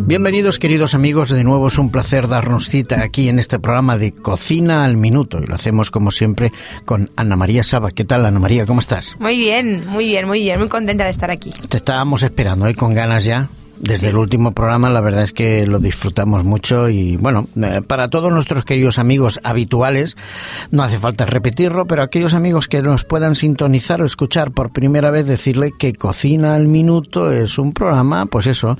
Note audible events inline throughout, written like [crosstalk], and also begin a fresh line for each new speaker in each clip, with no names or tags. Bienvenidos queridos amigos, de nuevo es un placer darnos cita aquí en este programa de Cocina al Minuto y lo hacemos como siempre con Ana María Saba. ¿Qué tal Ana María? ¿Cómo estás?
Muy bien, muy bien, muy bien, muy contenta de estar aquí.
Te estábamos esperando hoy con ganas ya. Desde el último programa, la verdad es que lo disfrutamos mucho y bueno, eh, para todos nuestros queridos amigos habituales, no hace falta repetirlo, pero aquellos amigos que nos puedan sintonizar o escuchar por primera vez, decirle que Cocina al Minuto es un programa, pues eso,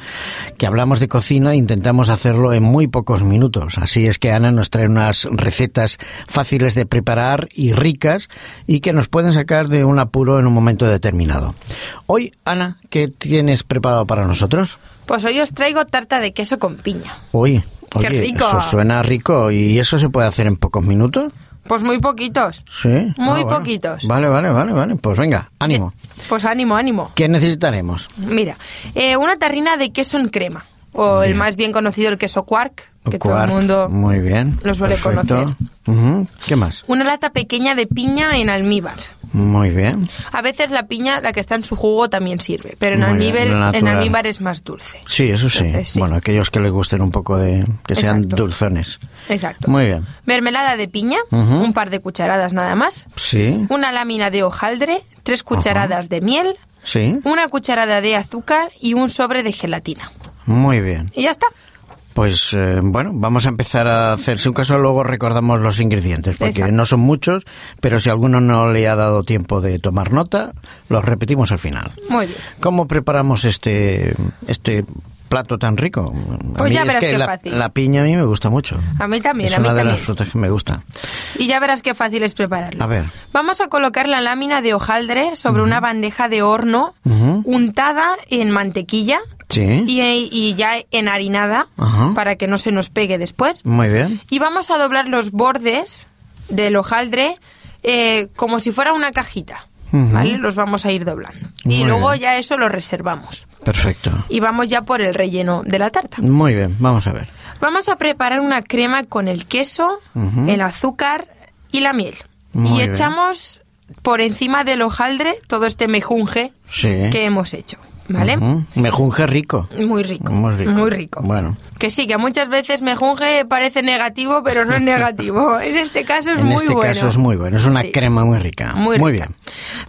que hablamos de cocina e intentamos hacerlo en muy pocos minutos. Así es que Ana nos trae unas recetas fáciles de preparar y ricas y que nos pueden sacar de un apuro en un momento determinado. Hoy, Ana, ¿qué tienes preparado para nosotros?
Pues hoy os traigo tarta de queso con piña.
Uy,
¡Qué
oye,
rico!
eso suena rico. ¿Y eso se puede hacer en pocos minutos?
Pues muy poquitos.
Sí. Ah,
Muy
bueno.
poquitos.
Vale, vale, vale, vale. Pues venga, ánimo.
Pues ánimo, ánimo.
¿Qué necesitaremos?
Mira, eh, una tarrina de queso en crema, o el más bien conocido el queso quark, que todo el
Quark,
mundo...
Muy bien.
lo suele conocer.
Ujú, ¿Qué más?
Una lata pequeña de piña en almíbar.
Muy bien.
A veces la piña, la que está en su jugo, también sirve, pero en,
Muy bien,
almíbar,
lo
en
natural.
almíbar es más dulce.
Sí, eso sí.
Entonces, sí.
Bueno, aquellos que les gusten un poco de... que sean
Exacto.
dulzones.
Exacto.
Muy bien.
Mermelada de piña,
Ujú.
un par de cucharadas nada más,
Sí,
una lámina de hojaldre, tres cucharadas de miel,
sí.
una cucharada de azúcar y un sobre de gelatina.
Muy bien.
Y ya está.
Pues eh, bueno, vamos a empezar a hacer, si un caso luego recordamos los ingredientes, porque
Exacto.
no son muchos, pero si alguno no le ha dado tiempo de tomar nota, los repetimos al final.
Muy bien.
¿Cómo preparamos este, este plato tan rico? A
Pues
mí
ya
es
verás
que
qué
la,
fácil.
la piña a mí me gusta mucho.
A mí también,
es
a mí
una de
también.
las frutas que me gusta.
Y ya verás qué fácil es prepararlo.
A ver.
Vamos a colocar la lámina de hojaldre sobre una bandeja de horno
Ujú.
untada en mantequilla
Sí.
y, y ya enharinada
Ajá.
para que no se nos pegue después.
Muy bien.
Y vamos a doblar los bordes del hojaldre eh, como si fuera una cajita.
Ujú.
¿Vale? Los vamos a ir doblando. y
Muy
luego
bien.
ya eso lo reservamos.
Perfecto.
Y vamos ya por el relleno de la tarta.
Muy bien, vamos a ver.
Vamos a preparar una crema con el queso,
Ujú.
el azúcar y la miel.
Muy
y
bien.
echamos por encima del hojaldre todo este mejunje
Sí.
que hemos hecho, ¿vale?
Ujú. Mejunje rico.
Muy rico,
Muy rico.
rico.
Bueno.
Que sí, que muchas veces mejunje parece negativo,
[laughs]
pero no es negativo. en este caso es
en
muy
este
bueno.
caso es muy bueno, es una
Sí,
crema muy rica.
Muy, rica.
bien.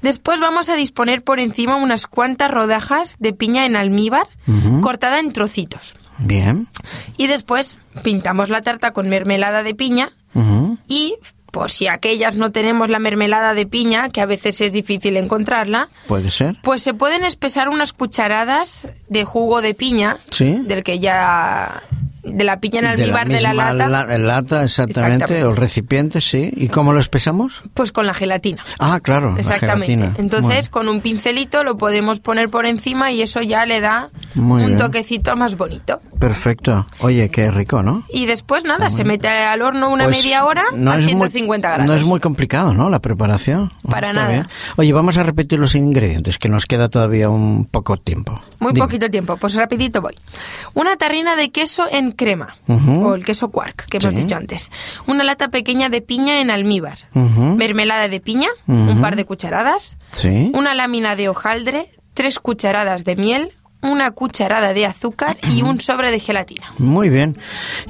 Después vamos a disponer por encima unas cuantas rodajas de piña en almíbar
Ujú.
cortada en trocitos.
Bien.
Y después pintamos la tarta con mermelada de piña
Ujú.
y, por si aquellas no tenemos la mermelada de piña, que a veces es difícil encontrarla,
Puede ser.
pues se pueden espesar unas cucharadas de jugo de piña,
Sí.
del que ya... de la piña en almíbar de la,
misma
lata,
la- lata, exactamente,
Exactamente.
o el recipiente, sí. ¿Y cómo lo espesamos?
pues con la gelatina.
Ah, claro, la
Exactamente.
gelatina.
Entonces,
Muy
con un pincelito lo podemos poner por encima y eso ya le da
Muy
un
bien.
toquecito más bonito.
bien. perfecto. Oye, qué rico, ¿no?
Y después, nada, se mete al horno una
Pues
media hora a
es muy-
150 grados.
No es muy complicado, ¿no? La preparación.
Para
Está
nada.
bien. Oye, vamos a repetir los ingredientes, que nos queda todavía un poco tiempo.
Muy
Dime.
poquito tiempo, pues rapidito voy. Una tarrina de queso en crema,
Ujú.
o el queso quark, que hemos
Sí.
dicho antes. Una lata pequeña de piña en almíbar.
Ujú.
Mermelada de piña,
Ujú.
un par de cucharadas.
Sí.
Una lámina de hojaldre, tres cucharadas de miel, una cucharada de azúcar y un sobre de gelatina.
Muy bien.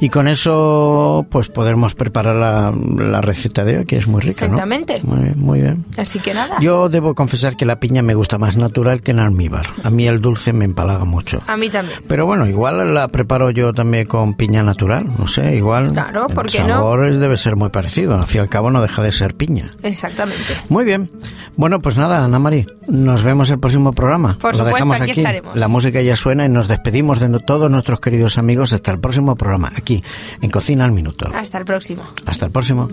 Y con eso, pues podremos preparar la, la receta de hoy, que es muy rica, ¿no?
Exactamente.
Muy bien, muy bien.
Así que nada.
Yo debo confesar que la piña me gusta más natural que en almíbar. A mí el dulce me empalaga mucho.
A mí también.
Pero bueno, igual la preparo yo también con piña natural, no sé, igual
Claro, ¿por
el
qué no?
sabor debe ser muy parecido, al fin y al cabo no deja de ser piña.
Exactamente.
Muy bien. Bueno, pues nada, Ana María, nos vemos el próximo programa.
Por
Lo
supuesto,
dejamos
aquí estaremos.
La música ya suena y nos despedimos de no- todos nuestros queridos amigos hasta el próximo programa, aquí, en Cocina al Minuto.
Hasta el próximo.
Hasta el próximo.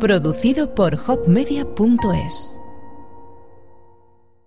Producido por hopmedia.es.